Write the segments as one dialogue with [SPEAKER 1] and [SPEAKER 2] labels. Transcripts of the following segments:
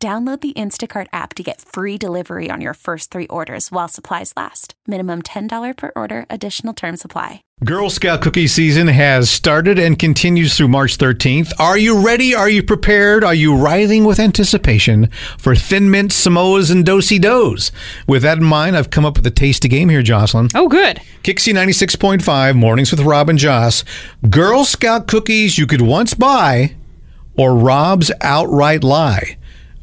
[SPEAKER 1] Download the Instacart app to get free delivery on your first three orders while supplies last. Minimum $10 per order, additional term supply.
[SPEAKER 2] Girl Scout cookie season has started and continues through March 13th. Are you ready? Are you prepared? Are you writhing with anticipation for Thin Mint Samoas and Dosey Does? With that in mind, I've come up with a tasty game here, Jocelyn.
[SPEAKER 3] Oh, good.
[SPEAKER 2] Kixie 96.5, Mornings with Rob and Joss. Girl Scout cookies you could once buy or Rob's outright lie.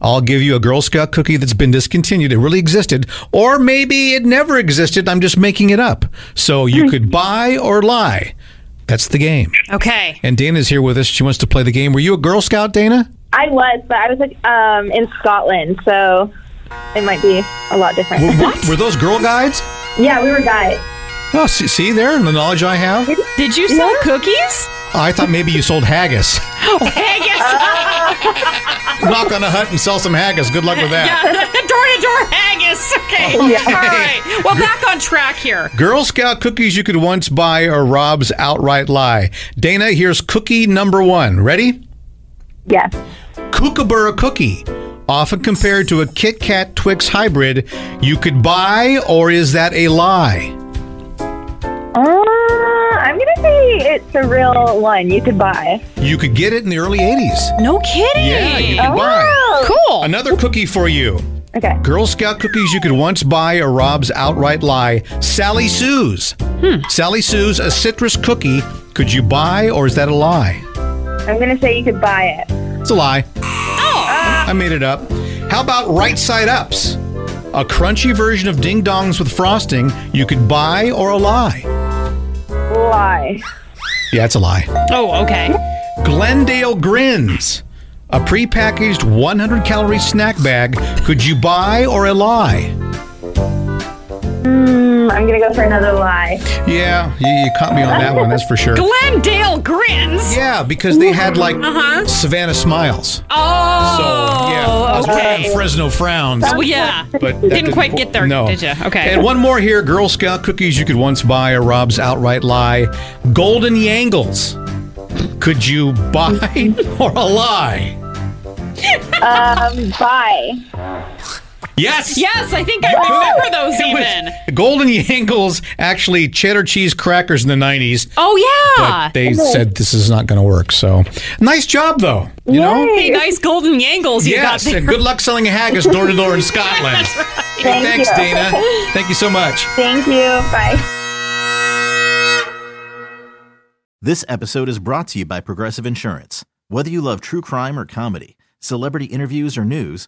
[SPEAKER 2] I'll give you a Girl Scout cookie that's been discontinued. It really existed, or maybe it never existed. I'm just making it up. So you could buy or lie. That's the game.
[SPEAKER 3] Okay.
[SPEAKER 2] And Dana's here with us. She wants to play the game. Were you a Girl Scout, Dana?
[SPEAKER 4] I was, but I was like um, in Scotland, so it might be a lot different.
[SPEAKER 2] What? Were those Girl Guides?
[SPEAKER 4] yeah, we were guys.
[SPEAKER 2] Oh, see, see there, the knowledge I have.
[SPEAKER 3] Did you sell cookies?
[SPEAKER 2] I thought maybe you sold haggis.
[SPEAKER 3] Hey, yes.
[SPEAKER 2] Knock on a hut and sell some haggis. Good luck with that.
[SPEAKER 3] Yeah. Door to door haggis. Okay. All right. Well, back on track here.
[SPEAKER 2] Girl Scout cookies you could once buy or Rob's outright lie. Dana, here's cookie number one. Ready?
[SPEAKER 4] Yes.
[SPEAKER 2] Kookaburra cookie, often compared to a Kit Kat Twix hybrid, you could buy or is that a lie?
[SPEAKER 4] Uh, I'm gonna say it's a real one you could buy.
[SPEAKER 2] You could get it in the early 80s.
[SPEAKER 3] No kidding.
[SPEAKER 2] Yeah, you could buy.
[SPEAKER 3] Cool.
[SPEAKER 2] Another cookie for you.
[SPEAKER 4] Oh. Okay.
[SPEAKER 2] Girl Scout cookies you could once buy or Rob's outright lie. Sally Sue's. Sally Sue's, a citrus cookie, could you buy or is that a lie?
[SPEAKER 4] I'm gonna say you could buy it.
[SPEAKER 2] It's a lie.
[SPEAKER 3] Oh.
[SPEAKER 2] I made it up. How about right side ups? A crunchy version of ding dongs with frosting you could buy or a lie.
[SPEAKER 4] Lie.
[SPEAKER 2] Yeah, it's a lie.
[SPEAKER 3] Oh, okay.
[SPEAKER 2] Glendale Grins. A prepackaged 100 calorie snack bag. Could you buy or a lie?
[SPEAKER 4] Mm, I'm gonna go for another lie.
[SPEAKER 2] Yeah, you, you caught me on that one, that's for sure.
[SPEAKER 3] Glendale grins.
[SPEAKER 2] Yeah, because they had like Savannah Smiles. So, yeah. I
[SPEAKER 3] Uh-huh. Oh.
[SPEAKER 2] was
[SPEAKER 3] okay.
[SPEAKER 2] playing Fresno Frowns.
[SPEAKER 3] Well, yeah.
[SPEAKER 2] but that
[SPEAKER 3] Didn't quite get there,
[SPEAKER 2] No.
[SPEAKER 3] did ya? Okay.
[SPEAKER 2] And one more here: Girl Scout cookies you could once buy, or Rob's outright lie. Golden Yangles. Could you buy or a lie?
[SPEAKER 4] Um, buy.
[SPEAKER 2] Yes.
[SPEAKER 3] Yes, I think I remember those even.
[SPEAKER 2] Golden Yangles actually cheddar cheese crackers in the nineties.
[SPEAKER 3] Oh yeah.
[SPEAKER 2] But they said this is not going to work. So nice job though. You know.
[SPEAKER 3] Hey, nice golden angles you
[SPEAKER 2] Yes,
[SPEAKER 3] got there.
[SPEAKER 2] and good luck selling a haggis door to door in Scotland. Hey,
[SPEAKER 4] Thank
[SPEAKER 2] thanks,
[SPEAKER 4] you.
[SPEAKER 2] Dana. Thank you so much.
[SPEAKER 4] Thank you. Bye.
[SPEAKER 5] This episode is brought to you by Progressive Insurance. Whether you love true crime or comedy, celebrity interviews or news,